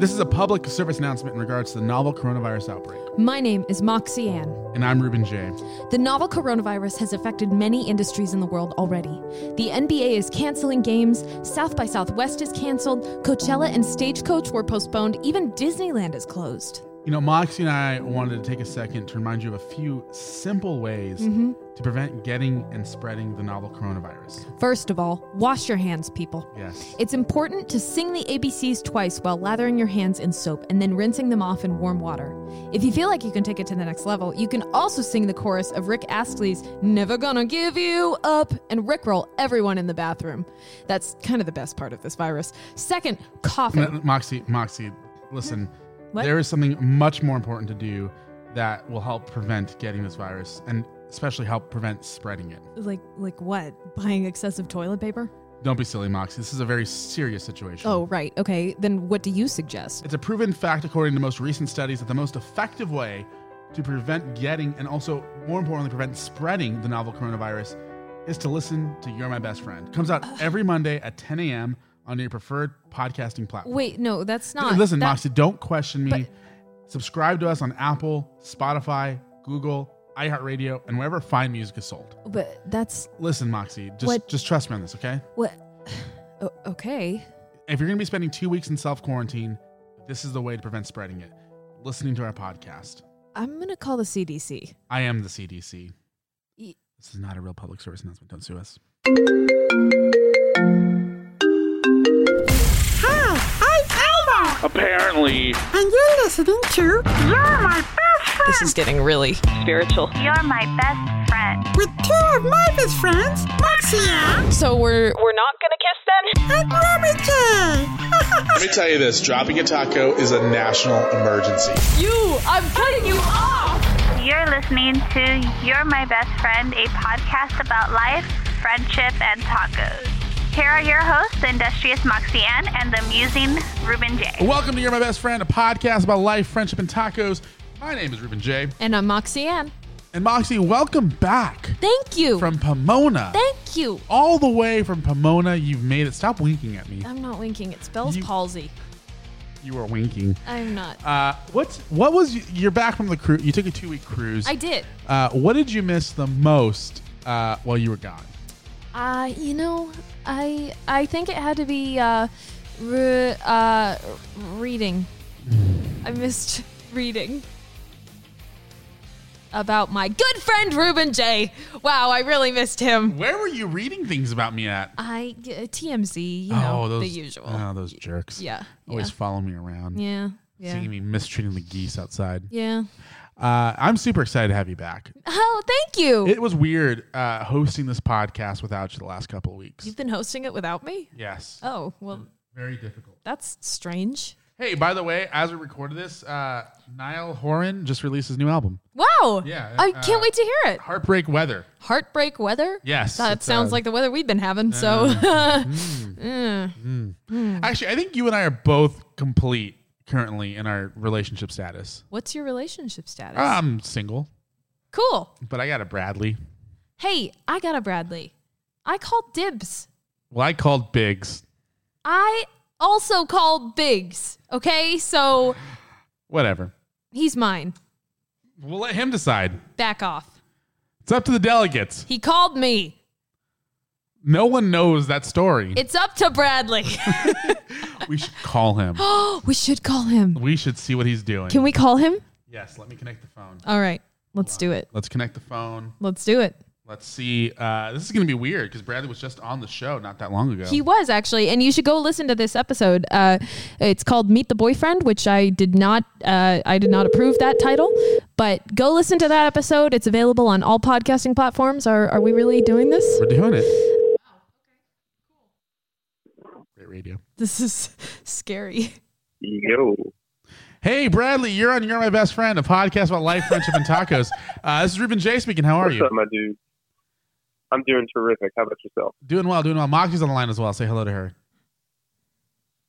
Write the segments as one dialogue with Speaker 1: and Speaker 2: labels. Speaker 1: This is a public service announcement in regards to the novel coronavirus outbreak.
Speaker 2: My name is Moxie Ann.
Speaker 1: And I'm Ruben J.
Speaker 2: The novel coronavirus has affected many industries in the world already. The NBA is canceling games, South by Southwest is canceled, Coachella and Stagecoach were postponed, even Disneyland is closed.
Speaker 1: You know, Moxie and I wanted to take a second to remind you of a few simple ways
Speaker 2: Mm-hmm.
Speaker 1: to prevent getting and spreading the novel coronavirus.
Speaker 2: First of all, wash your hands, people.
Speaker 1: Yes.
Speaker 2: It's important to sing the ABCs twice while lathering your hands in soap and then rinsing them off in warm water. If you feel like you can take it to the next level, you can also sing the chorus of Rick Astley's Never Gonna Give You Up and Rickroll everyone in the bathroom. That's kind of the best part of this virus. Second, coughing.
Speaker 1: N- Moxie, Moxie, listen,
Speaker 2: What?
Speaker 1: there is something much more important to do that will help prevent getting this virus and especially help prevent spreading it.
Speaker 2: Like like what? Buying excessive toilet paper?
Speaker 1: Don't be silly, Moxie. This is a very serious situation.
Speaker 2: Oh, right. Okay. Then what do you suggest?
Speaker 1: It's a proven fact, according to most recent studies, that the most effective way to prevent getting and also, more importantly, prevent spreading the novel coronavirus is to listen to You're My Best Friend. Comes out every Monday at 10 a.m. on your preferred podcasting platform.
Speaker 2: Wait, no, that's
Speaker 1: Th-
Speaker 2: not.
Speaker 1: Listen,
Speaker 2: that-
Speaker 1: Moxie, don't question me.
Speaker 2: But-
Speaker 1: Subscribe to us on Apple, Spotify, Google, iHeartRadio, and wherever fine music is sold.
Speaker 2: But that's
Speaker 1: Listen, Moxie, just,
Speaker 2: What-
Speaker 1: just trust me on this, okay?
Speaker 2: what. O- okay.
Speaker 1: If you're going to be spending two weeks in self quarantine, this is the way to prevent spreading it listening to our podcast.
Speaker 2: I'm going to call the CDC.
Speaker 1: I am the CDC.
Speaker 2: Ye-
Speaker 1: This is not a real public service announcement. Don't sue us.
Speaker 3: Hi, Ah, I'm Elmo,
Speaker 4: Apparently.
Speaker 3: and you're listening to You're My Best Friend
Speaker 5: This is getting really spiritual.
Speaker 6: You're my best friend.
Speaker 3: with two of my best friends, Moxia
Speaker 2: So we're
Speaker 5: We're not gonna kiss then?
Speaker 3: and Ruby J.
Speaker 7: Let me tell you this dropping a taco is a national emergency.
Speaker 2: You, I'm cutting you off.
Speaker 6: You're listening to You're My Best Friend, a podcast about life, friendship, and tacos. Here are your hosts, Industrious Moxie Ann and the amusing Ruben J.
Speaker 1: Welcome to You're My Best Friend, a podcast about life, friendship, and tacos. My name is Ruben J.
Speaker 2: And I'm Moxie Ann.
Speaker 1: And Moxie, welcome back
Speaker 2: Thank you.
Speaker 1: from Pomona.
Speaker 2: Thank you.
Speaker 1: All the way from Pomona, you've made it. Stop winking at me.
Speaker 2: I'm not winking. It spells
Speaker 1: You-
Speaker 2: palsy.
Speaker 1: You were winking.
Speaker 2: I'm not.
Speaker 1: Uh, what's what was y- you're back from the cruise? You took a two week cruise.
Speaker 2: I did.
Speaker 1: Uh, what did you miss the most uh, while you were gone?
Speaker 2: Uh, you know, I I think it had to be uh, re- uh, reading. I missed reading about my good friend Ruben J. Wow, I really missed him.
Speaker 1: Where were you reading things about me at?
Speaker 2: I uh, TMZ, you know, the usual.
Speaker 1: Oh, those jerks.
Speaker 2: Yeah,
Speaker 1: Always
Speaker 2: yeah.
Speaker 1: follow me around.
Speaker 2: yeah, yeah,
Speaker 1: Seeing me mistreating the geese outside.
Speaker 2: yeah.
Speaker 1: Uh, I'm super excited to have you back.
Speaker 2: Oh, thank you.
Speaker 1: It was weird uh, hosting this podcast without you the last couple of weeks.
Speaker 2: You've been hosting it without me.
Speaker 1: yes.
Speaker 2: Oh, well,
Speaker 1: Very difficult.
Speaker 2: that's strange.
Speaker 1: Hey, by the way, as we recorded this, uh, Niall Horan just released his new album,
Speaker 2: Wow.
Speaker 1: Yeah,
Speaker 2: I
Speaker 1: uh,
Speaker 2: can't wait to hear it.
Speaker 1: Heartbreak Weather.
Speaker 2: Heartbreak weather?
Speaker 1: Yes,
Speaker 2: That
Speaker 1: it's, uh,
Speaker 2: sounds
Speaker 1: mm-hmm.
Speaker 2: like the weather we've been having. So, Mm.
Speaker 1: Actually, I think you and I are both complete currently in our relationship status.
Speaker 2: what's your relationship status?
Speaker 1: I'm single,
Speaker 2: cool.
Speaker 1: but I got a Bradley.
Speaker 2: Hey, I got a Bradley. I called dibs.
Speaker 1: Well, I called Biggs.
Speaker 2: I also called Biggs. Okay, so
Speaker 1: Whatever.
Speaker 2: he's mine.
Speaker 1: We'll let him decide.
Speaker 2: Back off.
Speaker 1: It's up to the delegates.
Speaker 2: He called me.
Speaker 1: No one knows that story.
Speaker 2: It's up to Bradley.
Speaker 1: we should call him.
Speaker 2: we should call him.
Speaker 1: we should see what he's doing.
Speaker 2: Oh. Can we call him?
Speaker 1: Yes, let me connect the phone.
Speaker 2: All right, let's do it.
Speaker 1: Let's connect the phone.
Speaker 2: Let's do it.
Speaker 1: Let's see. Uh, this is going to be weird because Bradley was just on the show not that long ago.
Speaker 2: He was actually, and you should go listen to this episode. Uh, it's called "Meet the Boyfriend," which I did not, uh, I did not approve that title, but go listen to that episode. It's available on all podcasting platforms. Are Are we really doing this?
Speaker 1: We're doing it. Great radio.
Speaker 2: This is scary.
Speaker 8: Yo.
Speaker 1: Hey, Bradley, you're on You're My Best Friend, a podcast about life, friendship, and tacos. Uh, this is Ruben J speaking. How are
Speaker 8: What's
Speaker 1: you?
Speaker 8: up, my dude? I'm doing terrific. How about yourself?
Speaker 1: Doing well, doing well. Moxie's on the line as well. Say hello to her.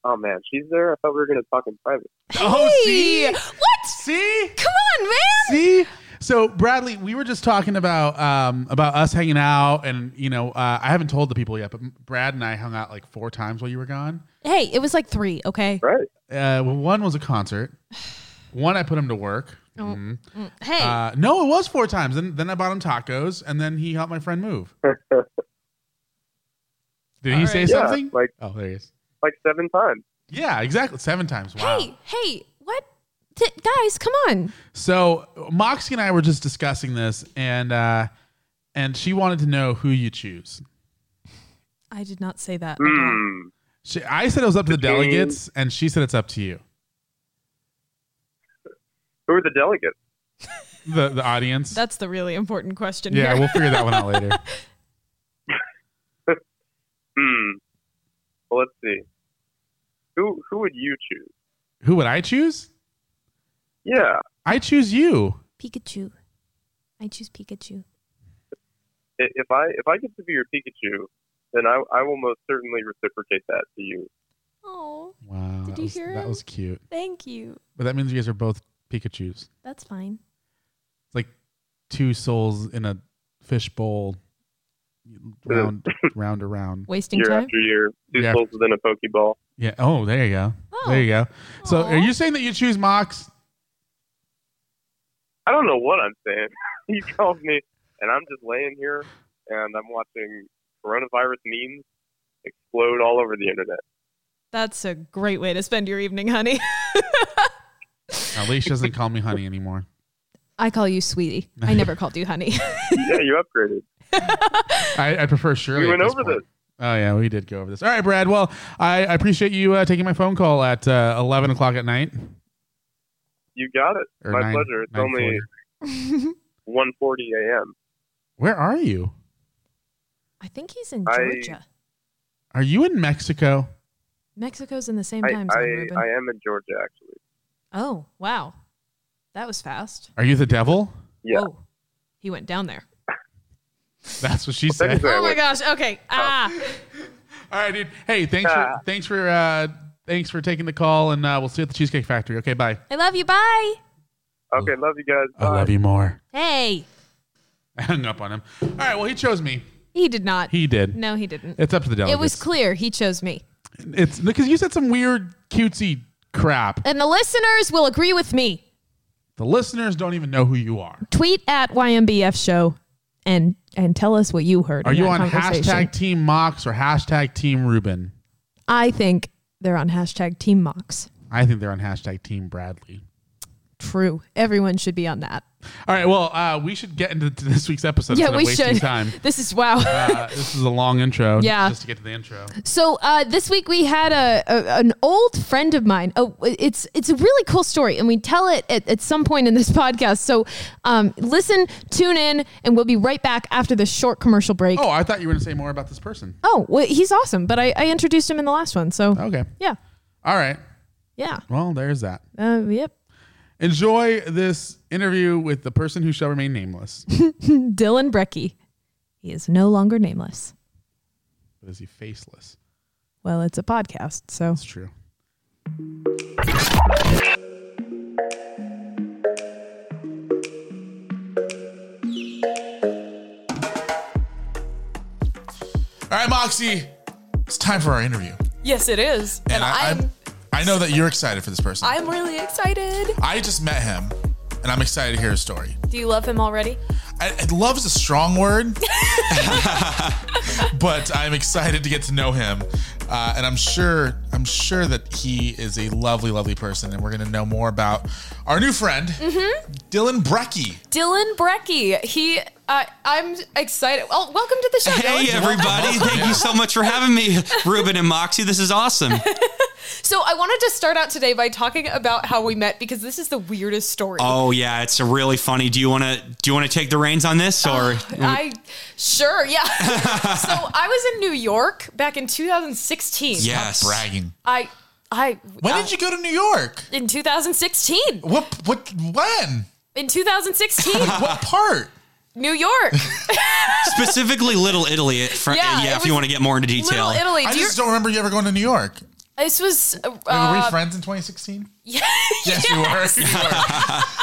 Speaker 8: Oh man, she's there. I thought we were gonna talk in private.
Speaker 1: Oh, see?
Speaker 2: What?
Speaker 1: See?
Speaker 2: Come on, man.
Speaker 1: See? So Bradley, we were just talking about um, about us hanging out, and you know, uh, I haven't told the people yet, but Brad and I hung out like four times while you were gone.
Speaker 2: Hey, it was like three, okay?
Speaker 8: Right?
Speaker 1: Uh, well, one was a concert. One, I put him to work. Mhm.
Speaker 2: Hey,
Speaker 1: Uh, no, it was four times. Then, then I bought him tacos, and then he helped my friend move. Did he say
Speaker 8: Yeah,
Speaker 1: something?
Speaker 8: like
Speaker 1: oh, there he is.
Speaker 8: like seven times.
Speaker 1: Yeah, exactly. Seven times. Wow.
Speaker 2: hey, hey, what? T- guys, come on.
Speaker 1: So Moxie and I were just discussing this, and uh, and she wanted to know who you choose.
Speaker 2: I did not say that.
Speaker 8: Hmm.
Speaker 1: She, I said it was up to the
Speaker 8: Between-
Speaker 1: delegates, and she said it's up to you,
Speaker 8: Who are the delegates?
Speaker 1: the the audience.
Speaker 2: That's the really important question
Speaker 1: yeah,
Speaker 2: here.
Speaker 1: we'll figure that one out later.
Speaker 8: Hmm. Well, let's see. Who who would you choose?
Speaker 1: Who would I choose?
Speaker 8: Yeah.
Speaker 1: I choose you.
Speaker 2: Pikachu. I choose Pikachu.
Speaker 8: I- If I if I get to be your Pikachu, then I I will most certainly reciprocate that to you.
Speaker 2: Oh,
Speaker 1: Wow.
Speaker 2: Did
Speaker 1: that
Speaker 2: you
Speaker 1: was-
Speaker 2: hear
Speaker 1: That
Speaker 2: him?
Speaker 1: was cute.
Speaker 2: thank you.
Speaker 1: But that means you guys are both Pikachu's.
Speaker 2: That's fine.
Speaker 1: It's like two souls in a fish bowl, round, round around.
Speaker 2: Wasting
Speaker 8: Year
Speaker 2: time?
Speaker 8: after year, two
Speaker 1: Yeah.
Speaker 8: souls within a Pokeball.
Speaker 1: Yeah. Oh, there you go. There you go. So,
Speaker 2: Oh. Aw.
Speaker 1: are you saying that you choose Mox?
Speaker 8: I don't know what I'm saying. he called me, and I'm just laying here, and I'm watching coronavirus memes explode all over the internet.
Speaker 2: That's a great way to spend your evening, honey.
Speaker 1: At least she doesn't call me honey anymore.
Speaker 2: I call you sweetie. I never called you honey.
Speaker 8: yeah, you upgraded.
Speaker 1: I, I prefer Shirley.
Speaker 8: We
Speaker 1: at
Speaker 8: went
Speaker 1: this
Speaker 8: over
Speaker 1: point. Oh yeah, we did go over this. All right, Brad. Well, I, I appreciate you uh, taking my phone call at uh, eleven o'clock at night.
Speaker 8: You got it.
Speaker 1: Or
Speaker 8: My
Speaker 1: nine-
Speaker 8: pleasure. It's only
Speaker 1: 9:40.
Speaker 8: 1:40 a.m.
Speaker 1: Where are you?
Speaker 2: I think he's in
Speaker 8: I-
Speaker 2: Georgia.
Speaker 1: Are you in Mexico?
Speaker 2: Mexico's in the same
Speaker 8: I,
Speaker 2: time
Speaker 8: I,
Speaker 2: zone, Ruben.
Speaker 8: I am in Georgia actually.
Speaker 2: oh, wow. That was fast.
Speaker 1: Are you the devil?
Speaker 8: Yeah.
Speaker 2: Oh, he went down there.
Speaker 1: That's what she
Speaker 8: Thanks,
Speaker 1: said.
Speaker 8: Alex.
Speaker 2: Oh my gosh. Okay. Ah.
Speaker 1: All right, dude. Hey, thanks for thanks for uh, thanks for taking the call, and uh, we'll see you at the Cheesecake Factory. Okay, bye.
Speaker 2: I love you. Bye.
Speaker 8: Okay, love you guys. Bye.
Speaker 1: you more.
Speaker 2: Hey.
Speaker 1: I hung up on him. All right. Well, he chose me.
Speaker 2: He did not.
Speaker 1: He did.
Speaker 2: no, he didn't.
Speaker 1: It's up to the delegates.
Speaker 2: It was clear he chose me.
Speaker 1: It's because you said some weird cutesy crap.
Speaker 2: And the listeners will agree with me.
Speaker 1: The listeners don't even know who you are.
Speaker 2: Tweet at YMBF show and and tell us what you heard.
Speaker 1: Are
Speaker 2: in
Speaker 1: you
Speaker 2: that
Speaker 1: on
Speaker 2: conversation.
Speaker 1: hashtag Team Mox or hashtag Team Ruben?
Speaker 2: I think they're on hashtag team mocks.
Speaker 1: I think they're on hashtag Team Bradley.
Speaker 2: True. Everyone should be on that.
Speaker 1: All right. Well, uh, we should get into to this week's episode. instead
Speaker 2: yeah,
Speaker 1: of
Speaker 2: we
Speaker 1: wasting
Speaker 2: should.
Speaker 1: Time.
Speaker 2: This is wow.
Speaker 1: Uh, this is a long intro.
Speaker 2: Yeah.
Speaker 1: Just to get to the intro.
Speaker 2: So uh, this week we had a, a an old friend of mine. Oh, it's it's a really cool story, and we tell it at, at some point in this podcast. So um, listen, tune in, and we'll be right back after this short commercial break.
Speaker 1: Oh, I thought you were going to say more about this person.
Speaker 2: Oh, well, he's awesome, but I, I introduced him in the last one. So
Speaker 1: Okay.
Speaker 2: yeah,
Speaker 1: All right.
Speaker 2: yeah,
Speaker 1: Well, there's that.
Speaker 2: uh, yep.
Speaker 1: Enjoy this interview with the person who shall remain nameless.
Speaker 2: Dylan Brecky, he is no longer nameless.
Speaker 1: But is he faceless?
Speaker 2: Well, it's a podcast, so
Speaker 1: That's true. All right, Moxie, it's time for our interview.
Speaker 9: Yes, it is. And,
Speaker 10: I-
Speaker 9: I'm,
Speaker 10: I'm- I know that you're excited for this person.
Speaker 9: I'm really excited.
Speaker 10: I just met him, and I'm excited to hear his story.
Speaker 9: Do you love him already?
Speaker 10: I, I- love is a strong word, but I'm excited to get to know him, uh, and I'm sure I'm sure that he is a lovely, lovely person, and we're going to know more about our new friend,
Speaker 1: Mm-hmm.
Speaker 10: Dylan Brecky.
Speaker 9: Dylan Brecky. He, uh, I'm excited. Well, welcome to the show.
Speaker 3: Hey
Speaker 9: Dylan.
Speaker 3: everybody! Thank you so much for having me, Ruben and Moxie. This is awesome.
Speaker 2: So I wanted to start out today by talking about how we met because this is the weirdest story.
Speaker 3: Oh yeah, it's a really funny. Do you want to do you want to take the reins on this
Speaker 2: Oh.
Speaker 3: or
Speaker 2: I sure, yeah. so I was in New York back in 2016.
Speaker 3: Yes. Stop
Speaker 1: bragging. Oh.
Speaker 2: I I uh,
Speaker 1: When did you go to New York?
Speaker 2: In 2016.
Speaker 1: What what when?
Speaker 2: In 2016.
Speaker 1: what part?
Speaker 2: New York.
Speaker 3: specifically Little Italy? It fr-
Speaker 2: Yeah,
Speaker 3: yeah,
Speaker 2: it
Speaker 3: if you
Speaker 2: was
Speaker 3: want to get more into detail.
Speaker 2: Little Italy.
Speaker 1: I
Speaker 2: Do you,
Speaker 1: just don't remember you ever going to New York.
Speaker 2: this was uh,
Speaker 1: Were we
Speaker 2: uh,
Speaker 1: friends in 2016?
Speaker 2: yeah,
Speaker 1: Yes, you were. You were.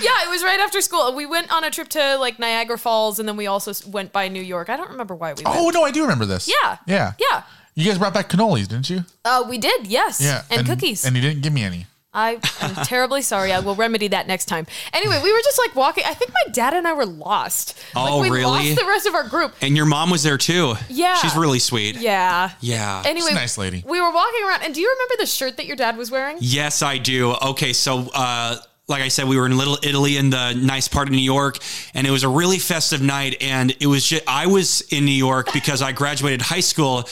Speaker 2: yeah, it was right after school. We went on a trip to like Niagara Falls and then we also s- went by New York. I don't remember why we went.
Speaker 1: oh no, I do remember this.
Speaker 2: Yeah.
Speaker 1: Yeah.
Speaker 2: Yeah.
Speaker 1: You guys brought back cannolis, didn't you?
Speaker 2: Uh, we did, yes. And, cookies.
Speaker 1: And you didn't give me any.
Speaker 2: I am terribly sorry. I will remedy that next time. Anyway, we were just like walking. I think my dad and I were lost.
Speaker 3: Oh,
Speaker 2: like, we
Speaker 3: really?
Speaker 2: lost the rest of our group.
Speaker 3: And your mom was there too.
Speaker 2: Yeah.
Speaker 3: She's really sweet.
Speaker 2: Yeah.
Speaker 3: Yeah.
Speaker 2: Anyway,
Speaker 3: She's a nice lady.
Speaker 2: We were walking around, and do you remember the shirt that your dad was wearing?
Speaker 3: Yes, I do. Okay, so uh, like I said, we were in Little Italy in the nice part of New York, and it was a really festive night. And it was just, I was in New York because I graduated high school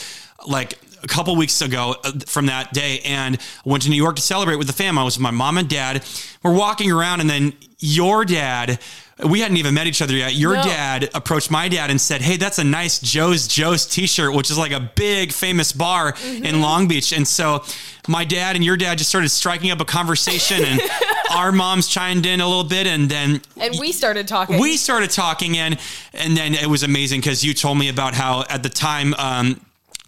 Speaker 3: like a couple weeks ago uh, from that day, and I went to New York to celebrate with the fam. I was with my mom and dad. We're walking around, and then your dad. We hadn't even met each other yet. Your
Speaker 11: No.
Speaker 3: dad approached my dad and said, "Hey, that's a nice Joe's Joe's T-shirt, which is like a big famous bar in Long Beach." And so, my dad and your dad just started striking up a conversation, and our moms chimed in a little bit, and then
Speaker 2: And we started talking.
Speaker 3: we started talking and and then it was amazing because you told me about how at the time um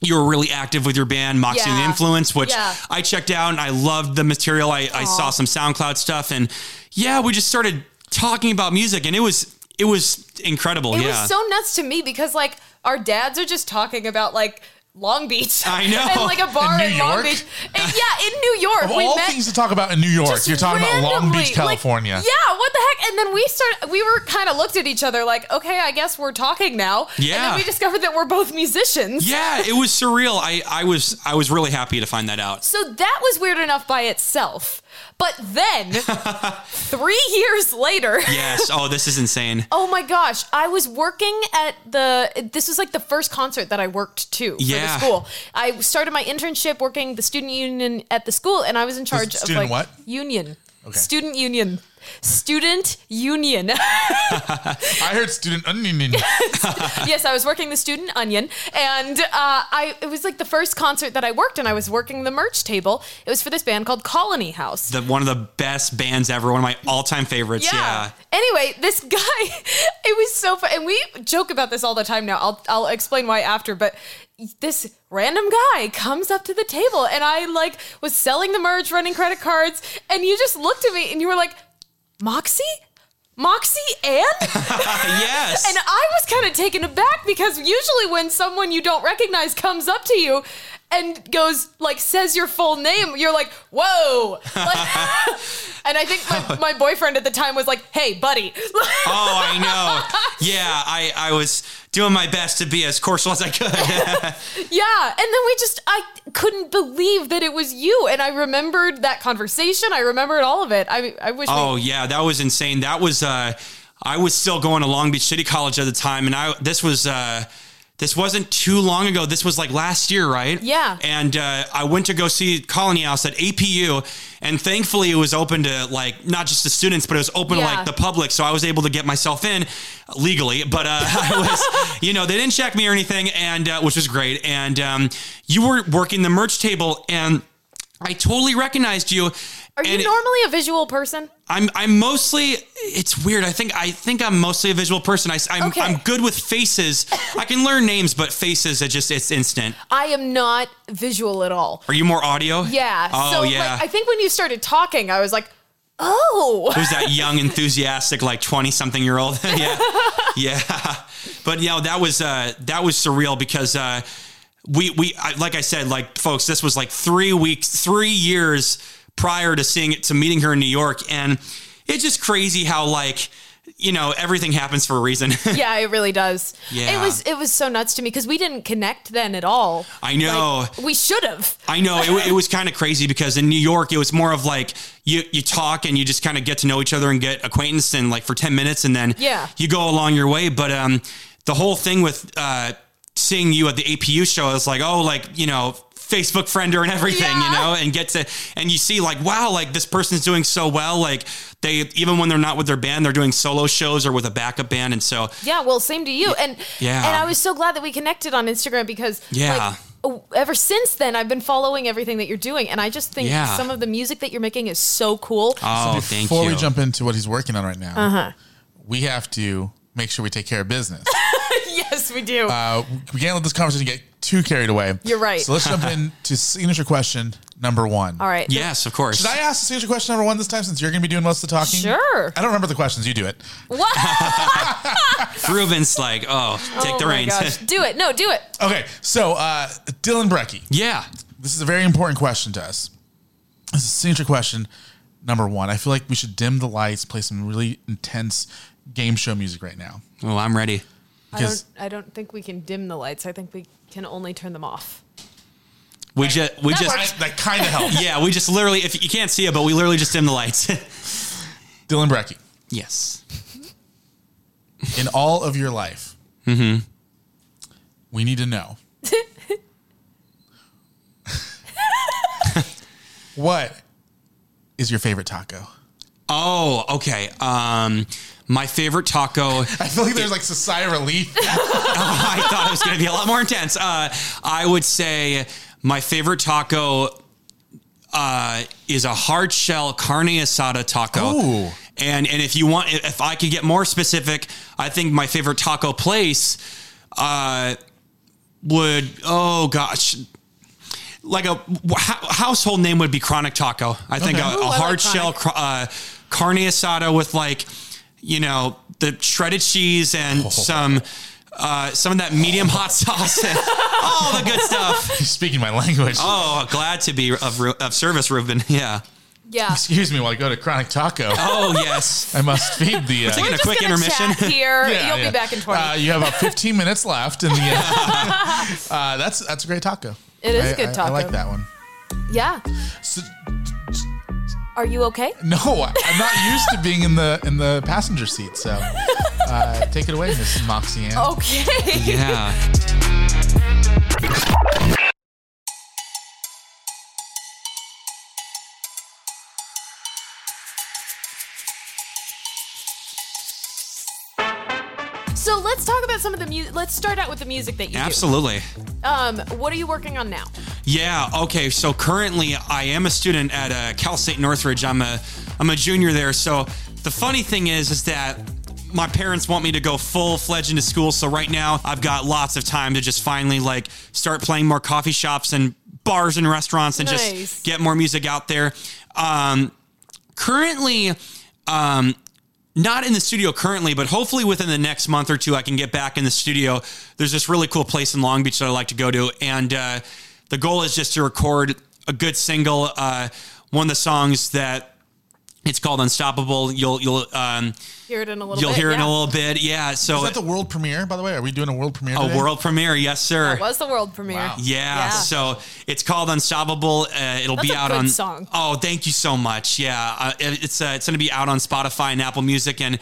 Speaker 3: you were really active with your band Moxie and the
Speaker 11: Yeah.
Speaker 3: Influence, which
Speaker 11: Yeah.
Speaker 3: I checked out and I loved the material. I, I saw some SoundCloud stuff and yeah, we just started talking about music and it was it was incredible.
Speaker 2: It
Speaker 3: yeah.
Speaker 2: was so nuts to me because like our dads are just talking about like Long Beach.
Speaker 3: I know.
Speaker 2: and like a bar
Speaker 1: In
Speaker 2: in,
Speaker 1: New
Speaker 2: Long
Speaker 1: York?
Speaker 2: Beach. And yeah, in New York.
Speaker 1: Of
Speaker 2: we
Speaker 1: all
Speaker 2: met
Speaker 1: things to talk about in New York, you're talking about Long
Speaker 2: randomly,
Speaker 1: Beach,
Speaker 2: like,
Speaker 1: California.
Speaker 2: yeah, what the heck? And then we started we were kind of looked at each other like, okay, I guess we're talking now. And
Speaker 3: Yeah.
Speaker 2: then we discovered that we're both musicians.
Speaker 3: yeah, it was surreal. I, I was I was really happy to find that out.
Speaker 2: So that was weird enough by itself. But then three years later.
Speaker 3: Yes. Oh, this is insane.
Speaker 2: Oh my gosh, I was working at the this was like the first concert that I worked to
Speaker 3: Yeah.
Speaker 2: for the school. I started my internship working the student union at the school and I was in charge of
Speaker 3: student
Speaker 2: like
Speaker 3: what?
Speaker 2: union.
Speaker 1: Okay.
Speaker 2: Student union. Student union.
Speaker 1: I heard student uh, onion.
Speaker 2: yes, I was working the student onion, and uh, I it was like the first concert that I worked, and I was working the merch table. It was for this band called Colony House.
Speaker 3: The one of the best bands ever, one of my all time favorites. yeah.
Speaker 2: Anyway, this guy, it was so fun, and we joke about this all the time now. I'll I'll explain why after, but this random guy comes up to the table, and I like was selling the merch, running credit cards, and you just looked at me, and you were like, Moxie. Moxie and
Speaker 3: yes.
Speaker 2: And I was kind of taken aback because usually when someone you don't recognize comes up to you and goes like says your full name, you're like, whoa. Like- and I think my, my boyfriend at the time was like, hey, buddy.
Speaker 3: Oh, I know. Yeah, I, I was doing my best to be as cordial as I could.
Speaker 2: yeah. And then we just I couldn't believe that it was you. And I remembered that conversation. I remembered all of it. I I wish
Speaker 3: oh,
Speaker 2: we,
Speaker 3: yeah, that was insane. That was uh, I was still going to Long Beach City College at the time, and I this was uh, this wasn't too long ago. This was like last year, right?
Speaker 2: Yeah.
Speaker 3: And uh, I went to go see Colony House at APU, and thankfully it was open to like not just the students, but it was open
Speaker 11: Yeah.
Speaker 3: to like the public. So I was able to get myself in legally, but uh, I was, you know, they didn't check me or anything, and uh, which was great. And um, you were working the merch table, and I totally recognized you.
Speaker 2: Are you
Speaker 3: and-
Speaker 2: normally a visual person?
Speaker 3: I'm I'm mostly it's weird. I think I think I'm mostly a visual person. I am
Speaker 2: Okay.
Speaker 3: I'm good with faces. I can learn names, but faces it just it's instant.
Speaker 2: I am not visual at all.
Speaker 3: Are you more audio?
Speaker 2: Yeah.
Speaker 3: Oh
Speaker 2: so
Speaker 3: yeah.
Speaker 2: like I think when you started talking, I was like, oh.
Speaker 3: Who's that young, enthusiastic, like twenty something year old? yeah, yeah. But you know that was uh, that was surreal because uh, we we I, like I said, like folks, this was like three weeks, three years prior to seeing it to meeting her in New York, and it's just crazy how like you know everything happens for a reason.
Speaker 2: yeah, it really does.
Speaker 3: Yeah.
Speaker 2: It was it was so nuts to me because we didn't connect then at all.
Speaker 3: I know.
Speaker 2: We should have.
Speaker 3: I know it, it was kind of crazy because in New York it was more of like you you talk and you just kind of get to know each other and get acquaintance and like for ten minutes and then
Speaker 11: Yeah.
Speaker 3: you go along your way. But um, the whole thing with uh, seeing you at the APU show is like oh like you know Facebook friender and everything, you know, and get to and you see like, wow, like this person's doing so well. Like they even when they're not with their band, they're doing solo shows or with a backup band. And so
Speaker 2: Yeah, well, same to you. And
Speaker 3: Yeah.
Speaker 2: and I was so glad that we connected on Instagram because
Speaker 3: yeah.
Speaker 2: oh, ever since then I've been following everything that you're doing and I just think
Speaker 1: Yeah.
Speaker 2: some of the music that you're making is so cool.
Speaker 3: Uh,
Speaker 1: so before we jump into what he's working on right now,
Speaker 2: Uh-huh.
Speaker 1: we have to make sure we take care of business.
Speaker 2: yes, we do.
Speaker 1: uh, we can't let this conversation get too carried away.
Speaker 2: You're right.
Speaker 1: So let's jump into signature question number one.
Speaker 2: All right.
Speaker 3: Yes, of course.
Speaker 1: Should I ask the signature question number one this time since you're going to be doing most of the talking?
Speaker 2: Sure.
Speaker 1: I don't remember the questions. You do it.
Speaker 3: Ruben's like, oh, take
Speaker 2: Oh
Speaker 3: the
Speaker 2: my
Speaker 3: reins.
Speaker 2: gosh. do it. No, do it.
Speaker 1: Okay, so uh, Dylan Brecky.
Speaker 3: Yeah.
Speaker 1: This is a very important question to us. This is signature question number one. I feel like we should dim the lights, play some really intense game show music right now.
Speaker 3: Oh, I'm ready.
Speaker 2: I don't I don't think we can dim the lights. I think we can only turn them off.
Speaker 3: We just we
Speaker 2: That
Speaker 3: just
Speaker 2: works.
Speaker 1: that kind of helped.
Speaker 3: yeah, we just literally if you can't see it, but we literally just dim the lights.
Speaker 1: Dylan Brecky.
Speaker 3: Yes.
Speaker 1: In all of your life,
Speaker 3: Mm-hmm.
Speaker 1: we need to know what is your favorite taco?
Speaker 3: Oh, okay. Um, my favorite taco.
Speaker 1: I feel like there's like a sigh of relief.
Speaker 3: I thought it was going to be a lot more intense. Uh, I would say my favorite taco uh, is a hard shell carne asada taco. And and if you want, if I could get more specific, I think my favorite taco place uh, would. Oh gosh. Like a wh- hou- household name would be Chronic Taco. I think
Speaker 1: Okay. Ooh,
Speaker 3: a,
Speaker 1: I
Speaker 3: a
Speaker 1: like
Speaker 3: hard shell cr- uh, carne asada with like, you know, the shredded cheese and some uh, some of that medium hot sauce and all the good stuff.
Speaker 1: He's speaking my language.
Speaker 3: Oh, glad to be of, Ru- of service, Ruben. Yeah.
Speaker 2: Yeah.
Speaker 1: Excuse me while I go to Chronic Taco.
Speaker 3: Oh, yes.
Speaker 1: I must feed the.
Speaker 3: We're
Speaker 1: Uh,
Speaker 3: taking a quick intermission.
Speaker 2: Chat here.
Speaker 1: Yeah,
Speaker 2: You'll
Speaker 1: yeah.
Speaker 2: be back in 20.
Speaker 1: Uh, you have about 15 minutes left, and the, uh, uh, that's that's a great taco.
Speaker 2: It is
Speaker 1: I-
Speaker 2: a good
Speaker 1: I- I
Speaker 2: taco.
Speaker 1: like that one.
Speaker 2: yeah.
Speaker 1: So,
Speaker 2: Are you okay?
Speaker 1: no, I- I'm not used to being in the in the passenger seat. So, uh, take it away, Miss Moxie Ann.
Speaker 2: Oh. Okay.
Speaker 3: Yeah.
Speaker 2: So let's talk about some of the music. Let's start out with the music that you do.
Speaker 3: Absolutely.
Speaker 2: Um, what are you working on now?
Speaker 3: Yeah. Okay. So currently, I am a student at uh, Cal State Northridge. I'm a I'm a junior there. So the funny thing is, is that my parents want me to go full fledged into school. So right now, I've got lots of time to just finally like start playing more coffee shops and bars and restaurants and
Speaker 2: Nice.
Speaker 3: just get more music out there. Um, currently, um, not in the studio currently, but hopefully within the next month or two, I can get back in the studio. There's this really cool place in Long Beach that I like to go to, and uh, the goal is just to record a good single. Uh, one of the songs that it's called "Unstoppable." You'll you'll um,
Speaker 2: Hear it in a little
Speaker 3: you'll
Speaker 2: bit.
Speaker 3: hear it in
Speaker 2: yeah.
Speaker 3: a little bit, yeah.
Speaker 1: is
Speaker 3: So
Speaker 1: that the world premiere? By the way, are we doing a world premiere?
Speaker 3: Oh, a
Speaker 1: today?
Speaker 3: world premiere, yes, sir.
Speaker 2: That was the world premiere.
Speaker 3: Yeah,
Speaker 2: Yeah.
Speaker 3: So it's called Unstoppable. Uh, it'll
Speaker 2: That's
Speaker 3: be
Speaker 2: a
Speaker 3: out
Speaker 2: good
Speaker 3: on.
Speaker 2: song.
Speaker 3: Oh, thank you so much. Yeah, uh, it- it's uh, it's going to be out on Spotify and Apple Music and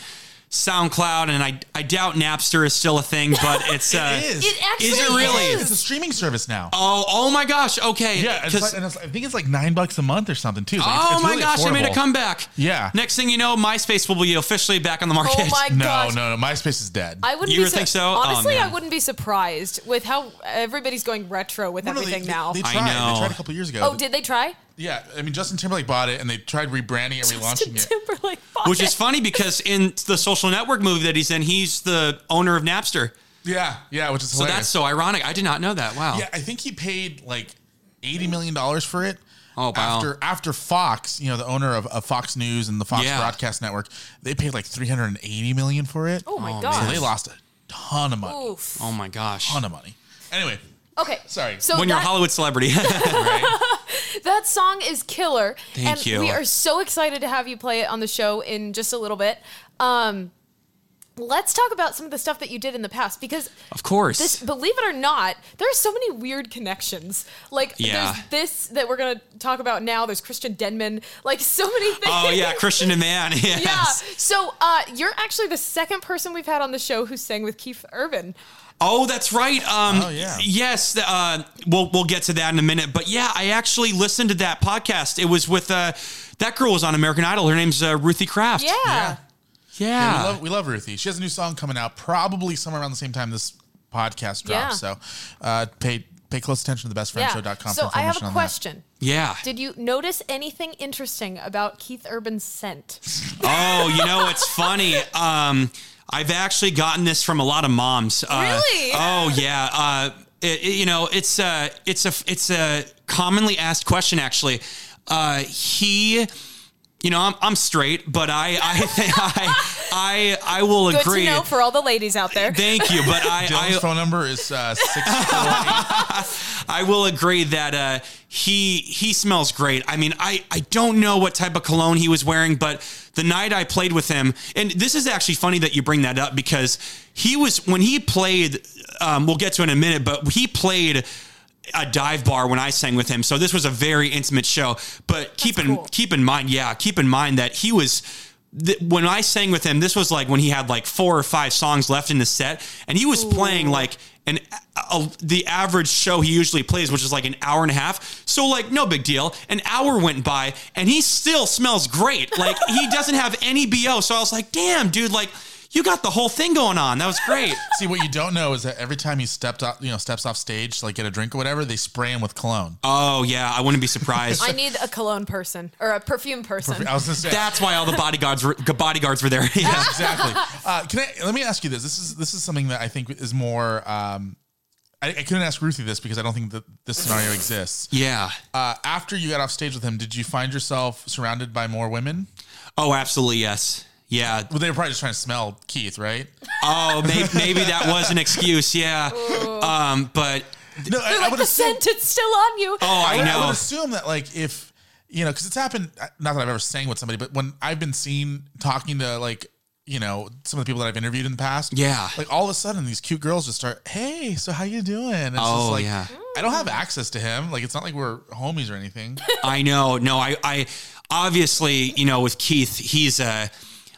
Speaker 3: SoundCloud, and I I doubt Napster is still a thing, but it's uh,
Speaker 1: It is.
Speaker 2: It actually
Speaker 3: Is it really?
Speaker 1: It's a streaming service now.
Speaker 3: Oh, oh my gosh. Okay.
Speaker 1: yeah, it's
Speaker 3: 'cause-
Speaker 1: like, and it's, I think it's like nine bucks a month or something too. It's like,
Speaker 3: oh
Speaker 1: it's, it's
Speaker 3: my
Speaker 1: really
Speaker 3: gosh, I made a
Speaker 1: affordable.
Speaker 3: comeback.
Speaker 1: Yeah.
Speaker 3: Next thing you know, MySpace will be officially back on the market.
Speaker 2: Oh my
Speaker 1: No,
Speaker 2: gosh.
Speaker 1: no, no. MySpace is dead.
Speaker 2: I wouldn't
Speaker 3: You
Speaker 2: be su-
Speaker 3: think so? Oh,
Speaker 2: Honestly, I
Speaker 3: man.
Speaker 2: wouldn't be surprised with how everybody's going retro with
Speaker 1: No, no, they-
Speaker 2: everything
Speaker 1: they-
Speaker 2: now.
Speaker 1: They
Speaker 3: I
Speaker 1: tried.
Speaker 3: know.
Speaker 1: They tried a couple years ago.
Speaker 2: oh, did they try?
Speaker 1: Yeah, I mean Justin Timberlake bought it and they tried rebranding and relaunching it.
Speaker 2: Timberlake
Speaker 3: Which is funny because in the social network movie that he's in, he's the owner of Napster.
Speaker 1: Yeah, yeah, which is
Speaker 3: So that's
Speaker 1: hilarious.
Speaker 3: so ironic. I did not know that. Wow.
Speaker 1: yeah, I think he paid like eighty million dollars for it.
Speaker 3: Oh, wow.
Speaker 1: After after Fox, you know, the owner of, of Fox News and the Fox
Speaker 3: Yeah.
Speaker 1: Broadcast Network, they paid like three hundred and eighty million for it.
Speaker 2: Oh my
Speaker 3: Oh,
Speaker 2: gosh.
Speaker 1: So they lost a ton of money.
Speaker 2: Oof.
Speaker 3: Oh my gosh.
Speaker 1: Ton of money. Anyway,
Speaker 2: Okay.
Speaker 1: Sorry.
Speaker 2: So
Speaker 3: when you're a
Speaker 2: that-
Speaker 3: Hollywood celebrity.
Speaker 2: That song is killer.
Speaker 3: Thank
Speaker 2: and
Speaker 3: you.
Speaker 2: We are so excited to have you play it on the show in just a little bit. Um, let's talk about some of the stuff that you did in the past because
Speaker 3: Of course.
Speaker 2: this, believe it or not, there are so many weird connections. Like
Speaker 3: Yeah.
Speaker 2: there's this that we're gonna talk about now. There's Christian Denman. Like so many things.
Speaker 3: oh yeah, Christian and man. Yes.
Speaker 2: Yeah. So uh, you're actually the second person we've had on the show who sang with Keith Urban.
Speaker 3: Oh, that's right. Um, Yes. the- Uh, we'll we'll get to that in a minute. But yeah, I actually listened to that podcast. It was with uh, that girl was on American Idol. Her name's uh, Ruthie Kraft.
Speaker 2: Yeah.
Speaker 3: Yeah.
Speaker 1: we, love, we love Ruthie. She has a new song coming out probably somewhere around the same time this podcast drops.
Speaker 2: Yeah.
Speaker 1: So uh, pay pay close attention to the bestfriendshow.com.
Speaker 2: So
Speaker 1: for
Speaker 2: I have
Speaker 1: information
Speaker 2: a
Speaker 1: on that.
Speaker 2: question.
Speaker 3: Yeah.
Speaker 2: Did you notice anything interesting about Keith Urban's scent?
Speaker 3: Oh, you know it's funny. Um, I've actually gotten this from a lot of moms. Uh,
Speaker 2: Really?
Speaker 3: Oh yeah. Uh, it, it- you know it's a it's a it's a commonly asked question actually. Uh, he. You know, I'm, I'm straight, but I I think I I I will
Speaker 2: Good
Speaker 3: agree.
Speaker 2: to know for all the ladies out there.
Speaker 3: Thank you, but I
Speaker 1: Dylan's
Speaker 3: I,
Speaker 1: phone number is uh, six.
Speaker 3: I will agree that uh, he he smells great. I mean, I I don't know what type of cologne he was wearing, but the night I played with him, and this is actually funny that you bring that up because he was when he played. Um, we'll get to it in a minute, but he played a dive bar when I sang with him. So this was a very intimate show. But keep in keep in mind, yeah, keep in mind that he was th- when I sang with him. This was like when he had like four or five songs left in the set, and he was playing like an a, a- the average show he usually plays, which is like an hour and a half. So like no big deal. An hour went by, and he still smells great. Like he doesn't have any bo. So I was like, damn, dude, like. You got the whole thing going on. That was great.
Speaker 1: See, what you don't know is that every time he stepped off, you know, steps off stage to like get a drink or whatever, they spray him with cologne.
Speaker 2: Um,
Speaker 3: Oh yeah, I wouldn't be surprised.
Speaker 2: I need a cologne person or a perfume person.
Speaker 3: That's why all the bodyguards were, bodyguards were there. Yeah.
Speaker 1: exactly. Uh, can I, let me ask you this. This is this is something that I think is more. Um, I, I couldn't ask Ruthie this because I don't think that this scenario exists.
Speaker 3: Yeah.
Speaker 1: Uh, after you got off stage with him, did you find yourself surrounded by more women?
Speaker 3: Oh, absolutely yes. Yeah.
Speaker 1: Well, they were probably just trying to smell Keith, right?
Speaker 3: Oh, maybe, maybe that was an excuse. Yeah. Um, but
Speaker 1: No,
Speaker 2: They're like, the scent, it's still on you.
Speaker 3: Oh.
Speaker 1: would- I would assume that like if you know, because it's happened. uh, Not that I've ever sang with somebody, but when I've been seen talking to like you know some of the people that I've interviewed in the past,
Speaker 3: Yeah.
Speaker 1: like all of a sudden these cute girls just start, hey, so how you doing? And it's
Speaker 3: Oh,
Speaker 1: just like,
Speaker 3: yeah.
Speaker 1: I don't have access to him. Like it's not like we're homies or anything.
Speaker 3: I know. No, I, I obviously, you know, with Keith, he's uh